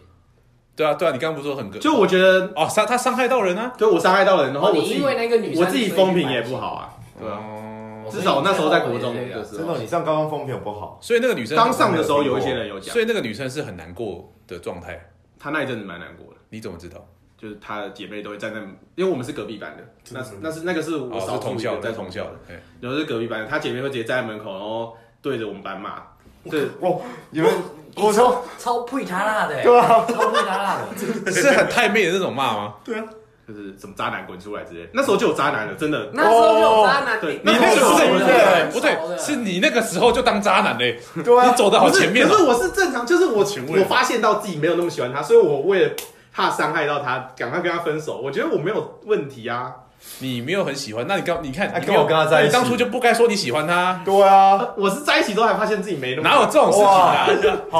对啊，对啊，你刚刚不是说很个
就我觉得，
哦伤他伤害到人啊，
就我伤害到人，然后我
哦你
自己
因为那个女生，
我自己风评也不好啊，对啊，
哦，
至少那时候在国中的时
真
候
的，，你上高中风评不好，
所以那个女生
刚上的时候有一些人有讲
所，以那个女生是很难过的状态，
她那一阵子蛮难过的，
你怎么知道？
就是她的姐妹都会站在，因为我们是隔壁班的，那
真的
那是那个是我
哦，
少
是
数
同
一
校
个
的，
在
在同校的，哎
然后是隔壁班的，她姐妹会直接站在门口，然后对着我们班骂，对，
哇！你们
哦
我
国中 [LAUGHS]
超超配他辣的，对啊，超配他辣的，
是很太妹的那种骂吗？
就是什么渣男滚出来之类的，那时候就有渣男了，真的，
那时候就有渣男，
哦对
你那个
时候
不
就
对
有
不
渣
对
男
不对，是你那个时候就当渣男嘞，
对啊
你，走的好
不是
前面
可
哦。
是我是正常，就是我
请问
我发现到自己没有那么喜欢她，所以我为了怕伤害到她，赶快跟她分手，我觉得我没有问题啊。
你没有很喜欢，那你刚你看，
那
你
跟
没有
我跟他在一起
那你当初就不该说你喜欢他，
对啊，
呃我是在一起之后还发现自己没那么
哪有这种事情啊？
哦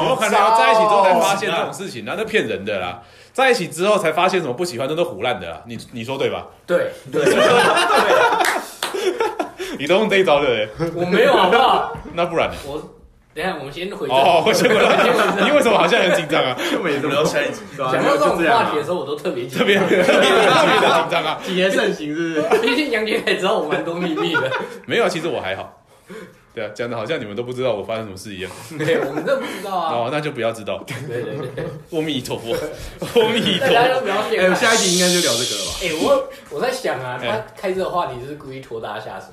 怎么可能要在一起之后才发现
好
这
渣哦
种事情啊？那骗人的啦！在一起之后才发现什么不喜欢，那都胡乱的啦。你你说对吧？ [LAUGHS]
对对，
你都用这一招对不对？
我没有好不好？
那不
[LAUGHS]
然呢？
我等一下我们先回正
哦，我先回来
先回，正
[LAUGHS] 你为什么好像很紧张啊？ [LAUGHS]
就没这
我们
么
聊下一集，
对啊
讲到这种
就样啊
话题的时候，我都特别紧
特别 [LAUGHS]
哦
特别特别的紧张啊？
几年盛行是不是？
[LAUGHS] 毕竟杨杰也知道我蛮多秘密的，
没有，其实我还好。对啊，讲的好像你们都不知道我发生什么事一样。
对，我们这不知道啊。
哦，那就不要知
[LAUGHS]
道。
对对对，
阿弥陀佛， [LAUGHS] 阿弥
大
陀
家
佛。
都不要
哎、
点开。
我下一集应该就聊这个了吧？
哎哎，我我在想啊，
哎
他开这个话题就是故意拖大家下水。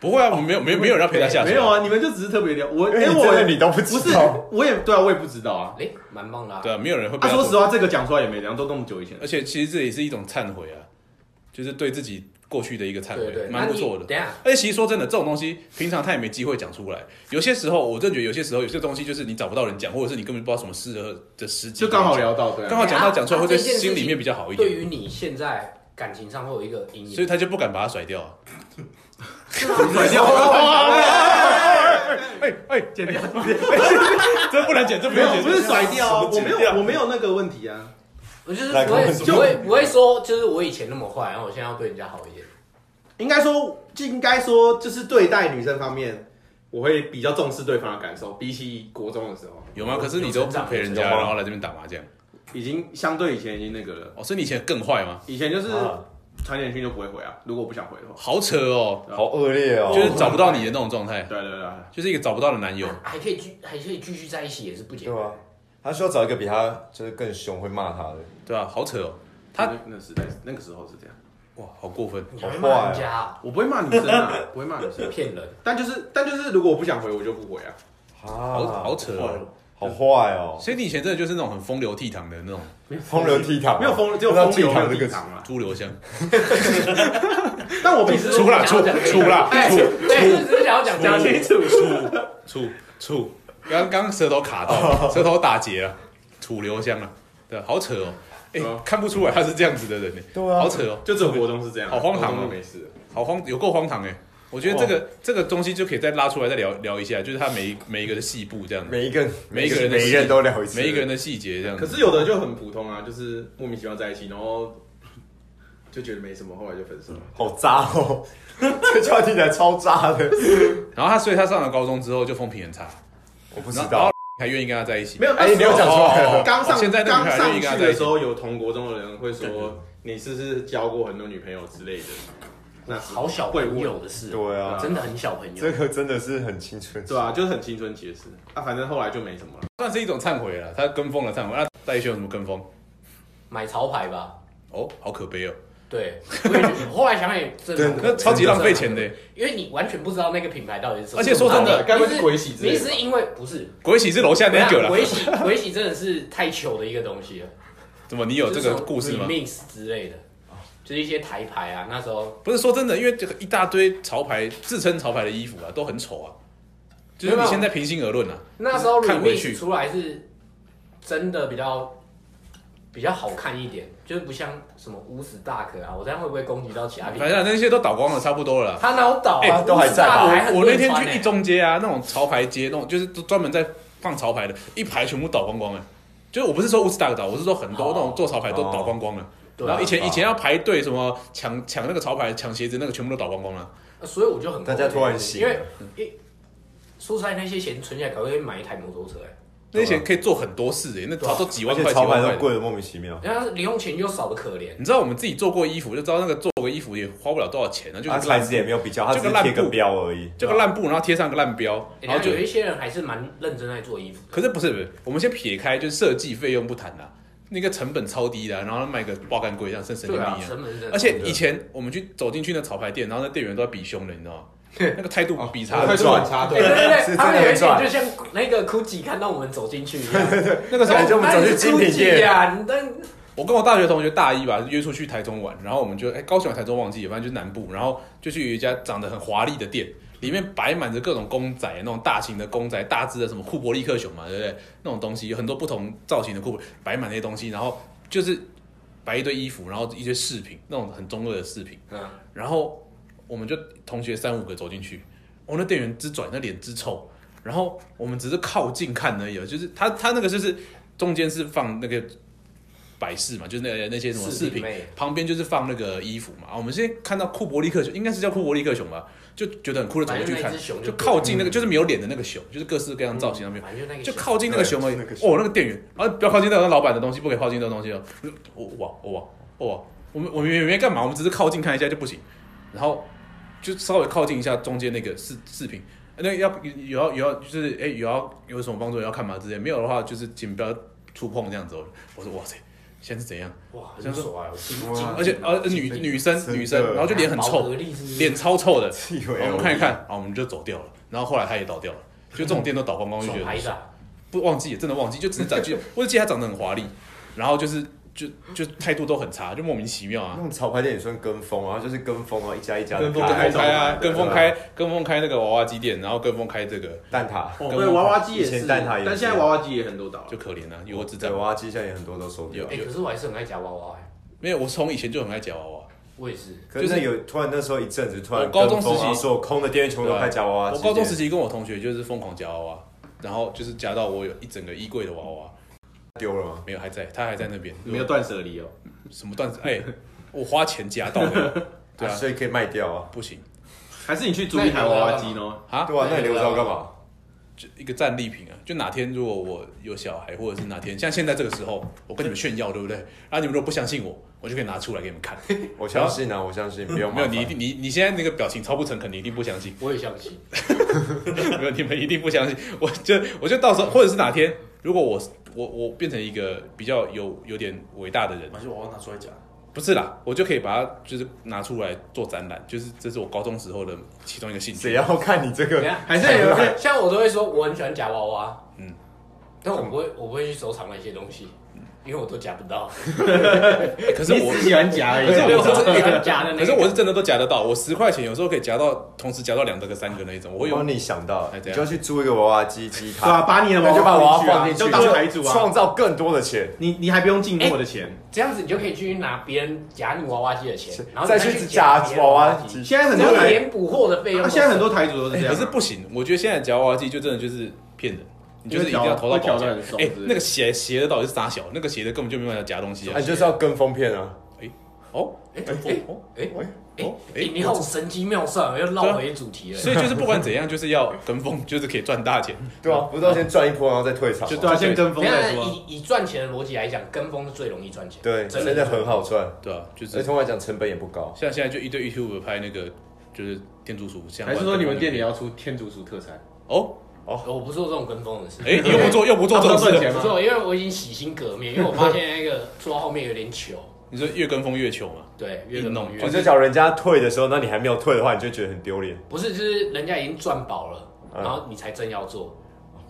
不会啊，我们没有没有没有人要陪他下水，
没有，啊，你们就只是特别聊我，
因为你
我
哦哎真的你都不
不
知
是
道，
我也对啊，我也不知道啊。
哎，蛮棒的啊。
对啊，没有人会陪
啊，
他
说
做。
实话，这个讲出来也没怎样，都那么久以前了。
而且其实这也是一种忏悔啊，就是对自己过去的一个忏
对
悔，
对，
蛮
那
不
你
错的。
等一下，
而且其实说真的，这种东西平常他也没机会讲出来。有些时候，我真的觉得有些时候有些东西就是你找不到人讲，或者是你根本不知道什么适合的时机，
就刚好。聊到对
刚
啊，
好讲到讲出来，
啊
会对
这件事情
心里面比较好一
对
点，
于你现在感情上会有一个阴
所以
影。
他就不敢把它甩掉啊。
甩掉， [LAUGHS]
哎哎，
剪掉，
这不能剪，这不
没
能剪，
有，不是甩掉，
什么
啊我没
剪掉
有，我没有那个问题啊。
我就是
来
不会
跟我
不会不会说，就是我以前那么坏，然后我现在要对人家好一点。
应该说，就应该说，就是对待女生方面，我会比较重视对方的感受，比起国中的时候，
有吗？可是你都不陪人家，
有吗
然后来这边打麻将。
已经相对以前已经那个了。
哦，所以你以前更坏吗？
以前就是
啊
传简讯就不会回啊，如果我不想回
[LAUGHS]
的话。
好扯哦，
好恶劣哦，
就是找不到你的那种状态，
对对对，
就是一个找不到的男友。
还可以继还可以继续在一起，也是不简
对
单
啊。，他需要找一个比他就是更凶会骂他的，
对啊，好扯哦，他
他那时代那个时候是这样，
哇，好过分。
你还会骂人家啊
我不会骂女生
[LAUGHS]
啊，不会骂女生，
骗人？
但就是但就是如果我不想回，我就不回啊。
好
啊，
好扯哦。
好坏哦，
所以你以前真的就是那种很风流倜傥的那种
风流倜
啊
傥，啊
没有，风，只有
不知道
风流
倜傥
没有
这
地
个
堂啊。
猪流香，
但我平
[LAUGHS]
时
出
啊
啦出出啦
哎，
出
哎，是只是想要讲
讲
讲
清
清
楚，
醋醋，刚刚舌头卡
哦
到，舌头打结了，楚留香了，对，好扯哦，哎、
对啊
看不出来他是这样子的人呢，
对啊
好扯哦，
就只有国中是这样，啊
好荒唐哦
国中就没事了。
好荒，有够荒唐哎，我觉得这个这个东西就可以再拉出来再聊聊一下，就是他每一每一个的细部这样子，
每一个
每一个人的
每一个人都聊一次，
每一个人的细节这样
可
子，
是有的就很普通啊，就是莫名其妙在一起，然后就觉得没什么，后来就分手了。
好渣
[LAUGHS]
哦，这句话听起来超渣的，
然后他所以他上了高中之后就风评很差，
我不
不
知
然后
道，
还愿意跟他在一起
没，有，
哎
那时候
你没有讲出来
哦
刚上
现在那个女
刚
孩
上
愿意
去
跟他在
的
一
时
起，
候，有同国中的人会
对对
说你是不是交过很多女朋友之类的。那时候
好小
会
朋
问，
友的事，
对啊，
真的很小朋友
这。个真的是很青春，
对啊，就是很青春期的事。啊，反正后来就没什么了。
算是一种忏悔了，他跟风了忏悔，那戴秀有什么跟风？
买潮牌吧，
哦，好可悲哦，
对。我也觉得后来想想也真的蛮可悲
对
那
的，
超级浪费钱的耶，
因为你完全不知道那个品牌到底是什么。
而且说真的
该不会
你
是
是
鬼洗之类
你
的吧
是？因为不是
鬼洗是楼
[LAUGHS]
下那个了，
啊鬼洗鬼洗真的是太糗的一个东西了。
怎么你有这个故事吗？哦
mix 之类的，就是一些台牌啊，那时候
不是说真的，因为这个一大堆潮牌自称潮牌的衣服啊，都很丑啊。就是
没
你
有
现在平心而论啊，
那时候
看回去
remix 出来是真的比较比较好看一点，就是不像什么无死大可啊，我这样会不会攻击到其他品
反
牌？
正那些都倒光了，差不多了啦。
他哪有倒啊？
哎都还在吧
乌斯大可还很
我
多
那
人
天
穿
去
欸
一中街啊，那种潮牌街，那种就是都专门在放潮牌的，一排全部倒光光了。就是我不是说乌斯达克倒，我是说很多
哦
那种做潮牌都倒光光了。
对啊
然后以前
哦
以前要排队什么抢抢那个潮牌、抢鞋子，那个全部都倒光光了。
欸所以我就很欸
大家突然醒
因
了
为一说出来那些钱存起来，搞不好可以买一台摩托车哎、
那些可以做很多事诶、欸那
对啊
早都几
而
万
且
块、几
潮
万
牌
块
都
的。
贵的莫名其妙，
人家零用钱又少的可怜，
你知道我们自己做过衣服，就知道那个做个衣服也花不了多少钱啊，就
他
是
材
烂
质也没有比较，他
就
只
个
是
烂
贴个
布
标而已，
就个烂布，然后贴上个烂标，
欸
然后就
有一些人还是蛮认真在做衣服的。
可是不是不是，我们先撇开就是设计费用不谈啦、那个成本超低的啊、然后卖个爆干贵，像圣神牛
对
逼
啊，
一样。
成本是真的
而且以前我们去走进去那潮牌店，然后那店员都在比胸的，你知
[LAUGHS]
道吗？那个态度比
哦
差
态
很
度
爽。
很差，
对
对。
对
是
对，
真的
他们有一
很
点
赚
就像那个 GUCCI 看到我们走进去一样，
那个时候
哎感觉我们走去精品
[LAUGHS]
店
啊
呀，你但
我跟我大学同学大一吧，约出去台中玩，然后我们就哎、高雄还是台中忘记了，反正就是南部，然后就去一家长得很华丽的店，里面摆满着各种公仔，那种大型的公仔，大只的什么库伯利克熊嘛，对不对？那种东西有很多不同造型的库伯，摆满那些东西，然后就是摆一堆衣服，然后一些饰品，那种很中二的饰品，
嗯，
然后我们就同学三五个走进去，我、那店员之拽，那脸之臭，然后我们只是靠近看而已哦，就是他他那个就是中间是放那个摆饰嘛，就是那个那些什么饰
饰
品
品哎类，
旁边就是放那个衣服嘛。啊我们现在看到库伯利克熊，应该是叫库伯利克熊吧，就觉得很酷的走过去
反正那
看
只熊，就
就靠近那个就是没有脸的那个熊，就是各式各样造型上面。
反正就那个
就靠近那个熊而已。
对那个熊
哦，那个店员，啊，不要靠近那个老板的东西，不可以靠近那个东西哦。我哇我哇我哇，我们我们也没干嘛，我们只是靠近看一下就不行。然后就稍微靠近一下中间那个饰饰品，哎那个要有要有要就是哎、有要有什么帮助要看吗之类，没有的话就是请不要触碰这样子哦。我说哇塞，现在是怎样？
哇，很爽啊！我心
哇
惊
而且而而女女生
真的哦
女生，然后就脸很
毛
臭
格，力是不
[LAUGHS]
是
脸超臭的。
自以
然
为
后我们看一看，啊，我们就走掉了。然后后来他也倒掉了，就这种店都倒光光，就觉
[LAUGHS] 爽
得
牌子啊，
不忘记，真的忘记，就只是长就，我只记得他长得很华丽，然后就是就就态度都很差，就莫名其妙
那
啊。
种潮牌店也算跟风，然后就是跟风啊，一家一家的
跟风
跟
开
风
还
开啊，
对
跟
吧
风开，跟风开那个娃娃机店，然后跟风开这个
蛋挞，
哦，
跟
对，
我
娃娃机也
以
是，
前蛋挞也是
但现在娃娃机也很多倒了
就。可怜啊，有我只在
对，娃娃机现在也很多都收掉
有。
哎，可是我还是很爱夹娃娃哎，
没有，我从以前就很爱夹娃娃，
我也是，
可是那有突然那时候一阵子突然
我高中
跟风
时期啊
然后所有空的店员全部都开夹娃娃
我
机
高
店，
中时期跟我同学就是疯狂夹娃娃，然后就是夹到我有一整个衣柜的娃娃，
丢了吗？
没有还在，他还在那边，
没有断舍离哦，
什么段子，哎、我花钱夹到的， [LAUGHS] 对啊
所以可以卖掉啊。
不行，
还是你去租一台娃娃机呢？
啊
对啊，
那
那
你
你
留
留
着
着要
要
干
干
嘛？
就一个战利品啊！就哪天如果我有小孩，或者是哪天像现在这个时候，我跟你们炫耀，对不对？ [LAUGHS] 然后你们如果不相信我，我就可以拿出来给你们看。
我相信啊，我相信，不用
[LAUGHS] 没有，
麻烦
你一定你你现在那个表情超不诚恳，你一定不相信。
我也相信，
没有，你们一定不相信。我就我就到时候，或者是哪天，如果我我我变成一个比较有有点伟大的人，
把些娃娃拿出来夹，
不是啦，我就可以把它就是拿出来做展览，就是这是我高中时候的其中一个兴
谁
趣。
要看你这
怎
个？
[LAUGHS] 样？
还是有人
对像我都会说我很喜欢夹娃娃，
嗯
嗯，但我不会，我不会去收藏那些东西，因为我都夹不到。
哎可是我
你只喜欢夹而已
可是我
我
是
喜欢夹的那
可
个，
是我是真的都夹得到，我十块钱有时候可以夹到，同时夹到两个跟三个那一种。我
我
有
帮你想到，
哎
你
对啊
就去租一个娃娃机机
对啊，
卡，
把你的娃
那
娃
就把娃娃
去啊
放进去，
就当台主啊
创，造更多的钱，
你你还不用进货的钱。
这样子，你就可以去拿别人夹你娃娃机的钱，然后
再
你
去
去
夹
别人
娃
娃
娃，机。
现在很
你
多
要
台，
连补货的费用
啊
都省。
现在很多台主都是这样
哎可
啊。
是不行，我觉得现在夹娃娃机就真的就是骗人，你就是一定要投到
会调
保
会
险
调得很。松
哎、
是不是哎
那个斜斜的到底是啥小？那个斜的根本就没办法夹东西
啊，
啊！
你就是要跟风骗啊！
哦，哎哎哦
哎
哦
哎
哦
哎，你好神机妙算，啊又
啊
绕回主题了。
所以就是不管怎样，就是要跟风，就是可以赚大钱。
对啊，不是要先赚一波，然后再退场
就
吗？
对啊，先跟
等
风
一
再
下
说。
以以赚钱的逻辑来讲，跟风是最容易赚钱。
对，
真
真的很好赚，
对啊，就
所以
是
通常来讲成本也不高。
像现在就一堆 YouTube 拍那个就是店主书，像
还是说你们店里啊要出天竺鼠特产？
哦？
我不做这种跟风的事。
[LAUGHS]
哎、你又不做又不做这种
他们都赚
事，
钱
不做，因为我已经洗心革面，因为我发现那个 [LAUGHS] 做到后面有点糗，
你说越跟风越穷嘛？
对，越跟风越
哦
我就找人家退的时候，那你还没有退的话，你就觉得很丢脸。
不是，就是人家已经赚饱了，
嗯
然后你才真要做。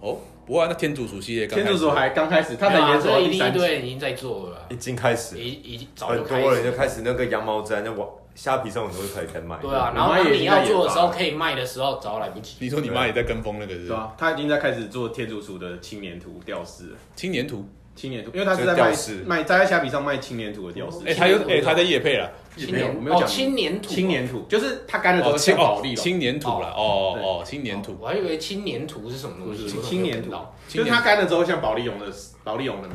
哦，不过、啊、那天竺鼠系列刚开
[LAUGHS] 天
始，
竺鼠还刚开始，它才
对啊
演走到
这一
第
定一
三集。
堆人已经在做了啊，
一经开始，
已已经早
很
就
多
开始
人就开始那个羊毛毡，那网虾皮上很多就开始在卖。
对啊，
你
然后
妈也
当
已
你
经在
要做的
研
时
发
候，
了
可以卖的时候，早来不及。
你说你妈也在跟风那个是不是
对啊，他已经在开始做天竺鼠的青年图吊饰了，
青年图，
青年图，因为他是
就
在
是吊
卖
饰
卖他在虾皮上卖青年图的吊饰。
哎、他有哎、他在夜配了。
也
青
没有，我
年
没有
哦，
讲
青年土，
青年图，就是他干的
哦，
都
青
像
哦
保利，龙，
青年土了，哦哦，青年土
哦，我还以为青年土是什么东西，我怎么
青
没有
年
看
图
到，
就是它干了之后像保利龙的保利龙的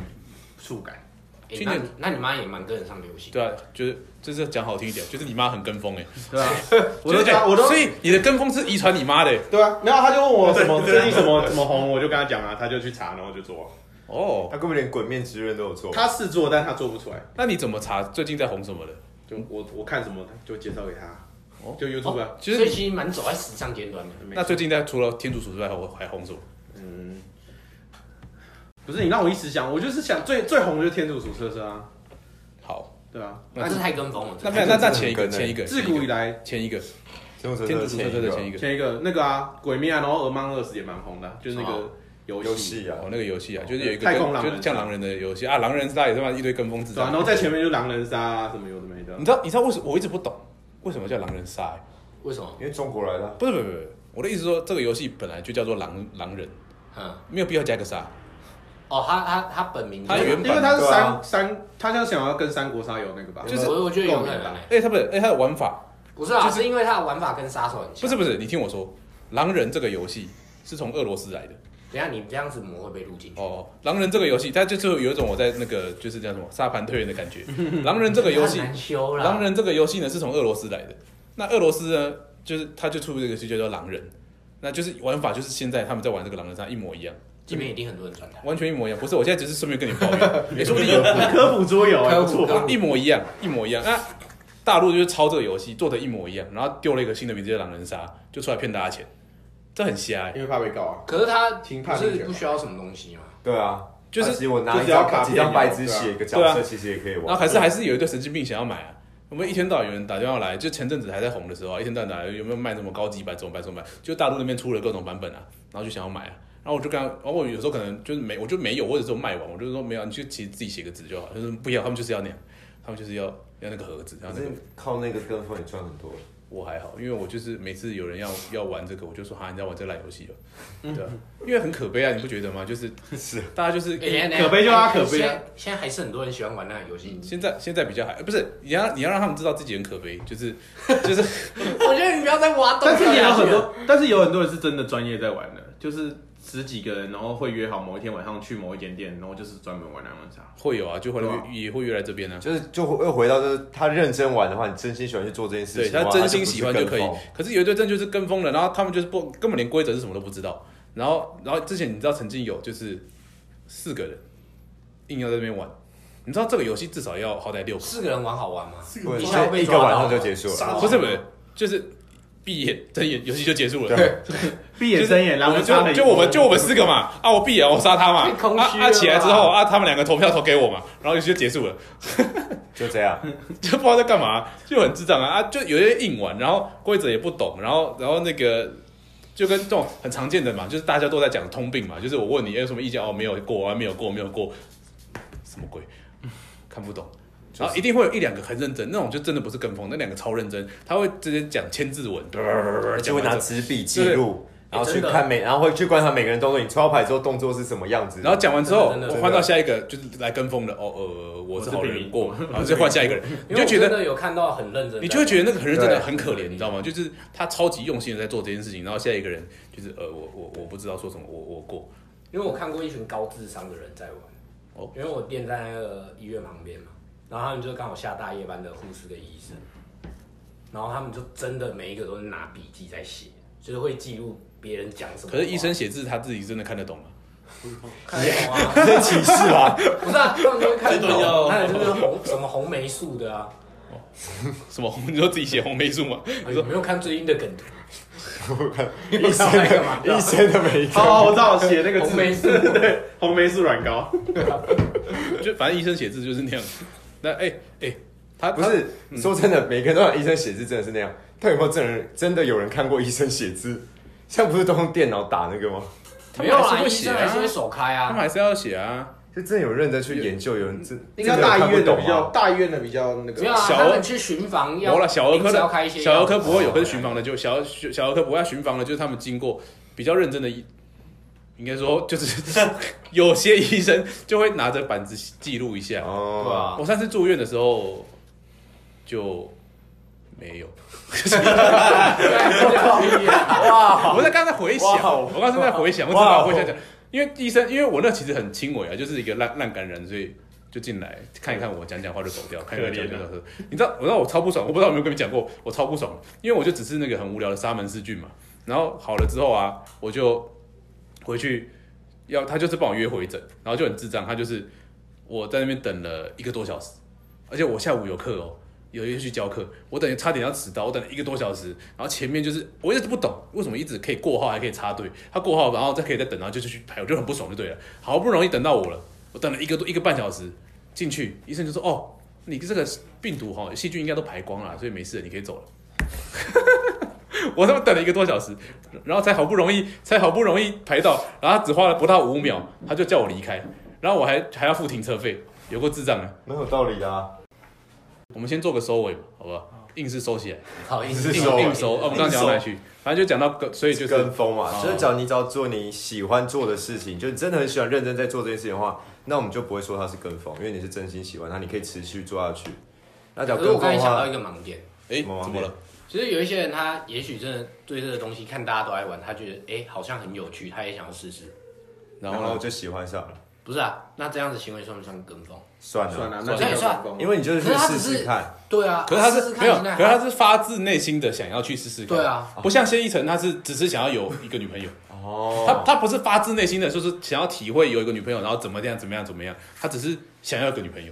触感。
哎
青
那
年
你那你妈也蛮跟得上流行，
对啊，就是就是讲好听一点，就是你妈很跟风哎，
对啊， [LAUGHS] 我
就
都
是哎
讲，我都
所以你的跟风是遗传你妈的欸
对啊，没有，他就问我什么最近什么怎么红，我就跟他讲啊，他就去查，然后就做。
哦。
他根本连滚面之刃都有做。
他是做，但他做不出来。
那你怎么查最近在红什么的？
就我我看什么就介绍给他
哦，
就 YouTube 啊。
其实
所以其实蛮走在时尚尖端的。
那最近在除了天竺鼠之外，还还红什么？
嗯，不是你让我一时想，我就是想最最红的就是天竺鼠车车啊，
好，
对啊，
那
那这太跟风了，
那
这
没
太
有，那那前一个
这
前一
很
个
欸自古以
来
来
前一个
天
天竺鼠车车的前一个
前一个那个啊，鬼灭啊，然后俄漫二十也蛮红的啊，就是那
什
个游
游
戏，
戏啊
哦，，那个哦游戏啊，就是有一个
太空狼
就
人
是像狼人的游戏啊，狼人杀也他妈一堆跟风自
对啊，然
杀。
后在前面就狼人杀啊什么有的没的
你，知道你知道为什么我一直不懂为什么叫狼人杀欸？
为什么？
因为中国来的啊，
不是不是不是，我的意思是说这个游戏本来就叫做狼狼人，
嗯，
没有必要加个杀。
哦，他他他本名
他 [LAUGHS] 原
因
本
为他是
对啊
三三，他像想要跟三国杀有那个吧，
就是
我我觉得有可
共
能
鸣吧
欸，
哎，他不是哎，他的玩法
不是啊，
就是
是因为他的玩法跟杀手很
不
像。
是，不是，你听我说，狼人这个游戏是从俄罗斯来的。
等一下你这样子模会被录进去。
哦，狼人这个游戏，它就是有一种我在那个就是叫什么沙盘推演的感
[LAUGHS]
觉。狼人这个游戏
太，难修了，
狼人这个游戏呢是从俄罗斯来的。那俄罗斯呢，就是它就出了这个游戏叫做狼人，那就是玩法就是现在他们在玩这个狼人杀一模一样，
这边一定很多人转台。
完全一模一样。不是，我现在只是顺便跟你抱
[LAUGHS]
怨，也说不定有
科普桌游还
科
不
普
错吧
科？
一模一样，一模一样。那啊大陆就是抄这个游戏做的一模一样，然后丢了一个新的名字叫狼人杀，就出来骗大家钱，这很瞎、欸。
因为怕被告啊，
可是他
听
不
怕听
是
选
不需要什么东西嘛？
对啊，
就是
啊其实我拿
就
一
只要
张
卡
几
片
张白
嘛
纸
对啊
写一个角
对啊
色，其实也可以玩。
然后还是还是有一堆神经病想要买啊。我们一天到晚有人打电话来，就前阵子还在红的时候啊，一天到晚打来有没有卖什么高级版、怎么版、怎么版，就大陆那边出了各种版本啊，然后就想要买啊。然后我就跟他，然后我有时候可能就是没，我就没有，或者是我卖完，我就说没有，啊你就其实自己写个字就好，就是不要，他们就是要那样，他们就是要要那个盒子，然
可
后
是
那个
靠那个跟风也赚很多。
我还好，因为我就是每次有人要要玩这个，我就说哈，你在玩这烂游戏了，对啊，因为很可悲啊，你不觉得吗？就是
是
大家就是
哎等一下
可悲就他可
现
悲啊
在现在还是很多人喜欢玩那个游戏，
现在现在比较还呃不是你要你要让他们知道自己很可悲，就是就是
我觉得你不要再挖洞
[LAUGHS] 但是
跳
也有
下去
很
了。
多，但是有很多人是真的专业在玩的，就是十几个人，然后会约好某一天晚上去某一间店，然后就是专门玩狼人杀。
会有啊，就回
对
来
啊
也会越来这边啊。
就是就会又回到就是他认真玩的话，你真心喜欢去做这件事
对
情，
他
哇
真心喜欢就可以
那不是跟风，
可是有一堆真的就是跟风了，然后他们就是不根本连规则是什么都不知道。然后，然后之前你知道曾经有就是四个人硬要在那边玩，你知道这个游戏至少要好歹六个，
四个人玩好玩吗？
不
一
然
下
现
会
在
被
一
抓
个
到
晚上就结束了。
杀
不是不是，就是闭眼睁眼游戏就结束了。
对，
闭
就
眼
是
睁眼
我
狼
们
人杀的
就就
一幕，
我们就我们四个嘛，啊我闭眼我杀他嘛
太， [LAUGHS] 空虚
啊
了
啊起来之后
吧
啊他们两个投票投给我嘛，然后游戏就结束了。
就这样，
[LAUGHS] 就不知道在干嘛，就很智障啊啊！就有些硬玩，然后规则也不懂，然后然后那个就跟这种很常见的嘛，就是大家都在讲通病嘛，就是我问你有什么意见哦，没有过啊，没有过，没有过，什么鬼，看不懂。然后一定会有一两个很认真，那种就真的不是跟风，那两个超认真，他会直接讲千字文，讲完之
就
后
会拿纸笔记录，然
哎
后去
真的
看每，然后会去观察每个人动作，你抽到牌之后动作是什么样子，
然后讲完之后
真的真，的
我换到下一个就是来跟风的哦，呃，我是好
我是平
人
民
过，然后再换下一个人，你
因
就
为我
觉得
真的有看到很认真，
你就会觉得那个人真的
对嗯
很可怜，你知道吗？就是他超级用心的在做这件事情，然后下一个人就是呃，我我我不知道说什么，我我过，
因为我看过一群高智商的人在玩，
哦
因为我店在那个医院旁边嘛，然后他们就刚好下大夜班的护士跟医生，然后他们就真的每一个都是拿笔记在写，就是会记录别人讲什么话。
可是医生写字他自己真的看得懂啊吗？
看得懂啊，
这歧视
[LAUGHS]
啊！
不是啊，他们就会看得
这段要
懂，还有就是红什么红霉素的啊，
什么？ [LAUGHS] 你说自己写红霉素吗？ [LAUGHS]
哎有没有看最近的梗
[LAUGHS]
图？
医生的医生的每一个，
好哦好，我知道写那个
红霉
字，
素，
对，红霉素软膏，
就反正医生写字就是那样。那哎哎，他
[LAUGHS] 不是说真的，每个人都想医生写字真的是那样，但有没有真人真的有人看过医生写字？现在不是都用电脑打那个吗？
他
没
们
有
还
啦，
是
医
会写
生还是会
啊，
手开
他们
啊。
还是要写啊。
就真的有认真去研究，有人真
嗯应该大医院
啊
的比较，大医院的比较
没
那
有
个。
啊，
小
他们去巡房要
有了小儿科
临时要哦
的
开一些药
小儿科不会有，可是巡房的就小儿小儿科不会要巡房的，就是他们经过比较认真的医，应该说就是 [LAUGHS] 有些医生就会拿着板子记录一下。
对
哦，
啊，
我上次住院的时候就没有，[LAUGHS]
[LAUGHS] 哇，
我在刚才回想，
哇哦
我刚才在回想，我只
哇哦
好回想讲，因为医生，因为我那其实很轻微啊，就是一个烂烂感染，所以。就进来看一看我，讲讲话就走掉，看一看
啊
讲讲话就走掉。你知道，我知道我超不爽，我不知道有没有跟你讲过，我超不爽，因为我就只是那个很无聊的沙门氏菌嘛。然后好了之后啊，我就回去要他就是帮我约回诊，然后就很智障，他就是我在那边等了一个多小时，而且我下午有课哦，有一天去教课，我等于差点要迟到，我等了一个多小时，然后前面就是我一直不懂为什么一直可以过号还可以插队，他过号然后再可以再等，然后就去排，我就很不爽就对了，好不容易等到我了，我等了一个多一个半小时进去，医生就说哦，你这个病毒哈、细菌应该都排光了，所以没事了，你可以走了。 [LAUGHS] 我他妈等了一个多小时，然后才好不容易才好不容易排到，然后他只花了不到五秒，他就叫我离开，然后我还还要付停车费，有够智障啊！
蛮有道理的啊。
我们先做个收尾吧，好不好？硬是收起来，
不好意
是
思，
硬
收尾
硬收。哦，我们刚刚讲到哪里去？反正就讲到跟，所以就是
跟风嘛，
哦
就是只要你只要做你喜欢做的事情，就是你真的很喜欢认真在做这件事情的话，那我们就不会说它是跟风，因为你是真心喜欢它，你可以持续做下去。那只要
可
跟
是我刚
风
才
的
想
话
到一，个盲点，
哎，
什么
怎么了？
其实有一些人他也许真的对这个东西看大家都爱玩，他觉得哎、诶好像很有趣，他也想要试试。
然
然
后
后
呢？
就喜欢上了，
不是啊，那这样子行为算不算跟风？
算了，
算了，
那
那
这样也算
因为你就是去
可是他
试
只是
试看，
对啊，
可是他
试
是
试
没有，
看
可是他是发自内心的想要去试试看。
对啊，
不像谢依晨，他是只是想要有一个女朋友，他
哦，
他不是发自内心的，就是想要体会有一个女朋友，然后怎么样怎么样怎么样，他只是想要有个女朋友，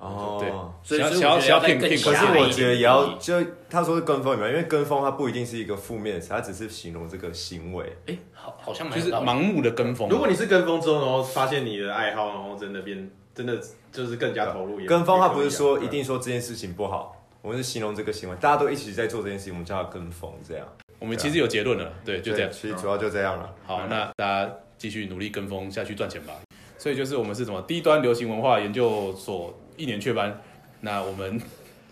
哦。
对，
所以
想要
所以
想
我觉得
要想要
再
骗
更
骗
狭
可
可
是
是
隘
我
我觉得也要，就他说是跟风有没有？因为跟风它不一定是一个负面词，它只是形容这个行为。
哎，好，好像蛮
就
有
是
道理。
盲目的跟风。啊
如果你是跟风之后，然后发现你的爱好，然后真的变，真的就是更加投入也。
跟风它
也可以啊
不是说一定说这件事情不好，我们是形容这个行为，大家都一起在做这件事情，我们叫它跟风这样。
我们其实有结论了，对，就这样
对。其实主要就这样了。
好，那大家继续努力跟风下去赚钱吧。所以就是我们是什么低端流行文化研究所一年雀班，那我们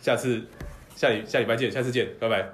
下次下礼下礼拜见，下次见，拜拜。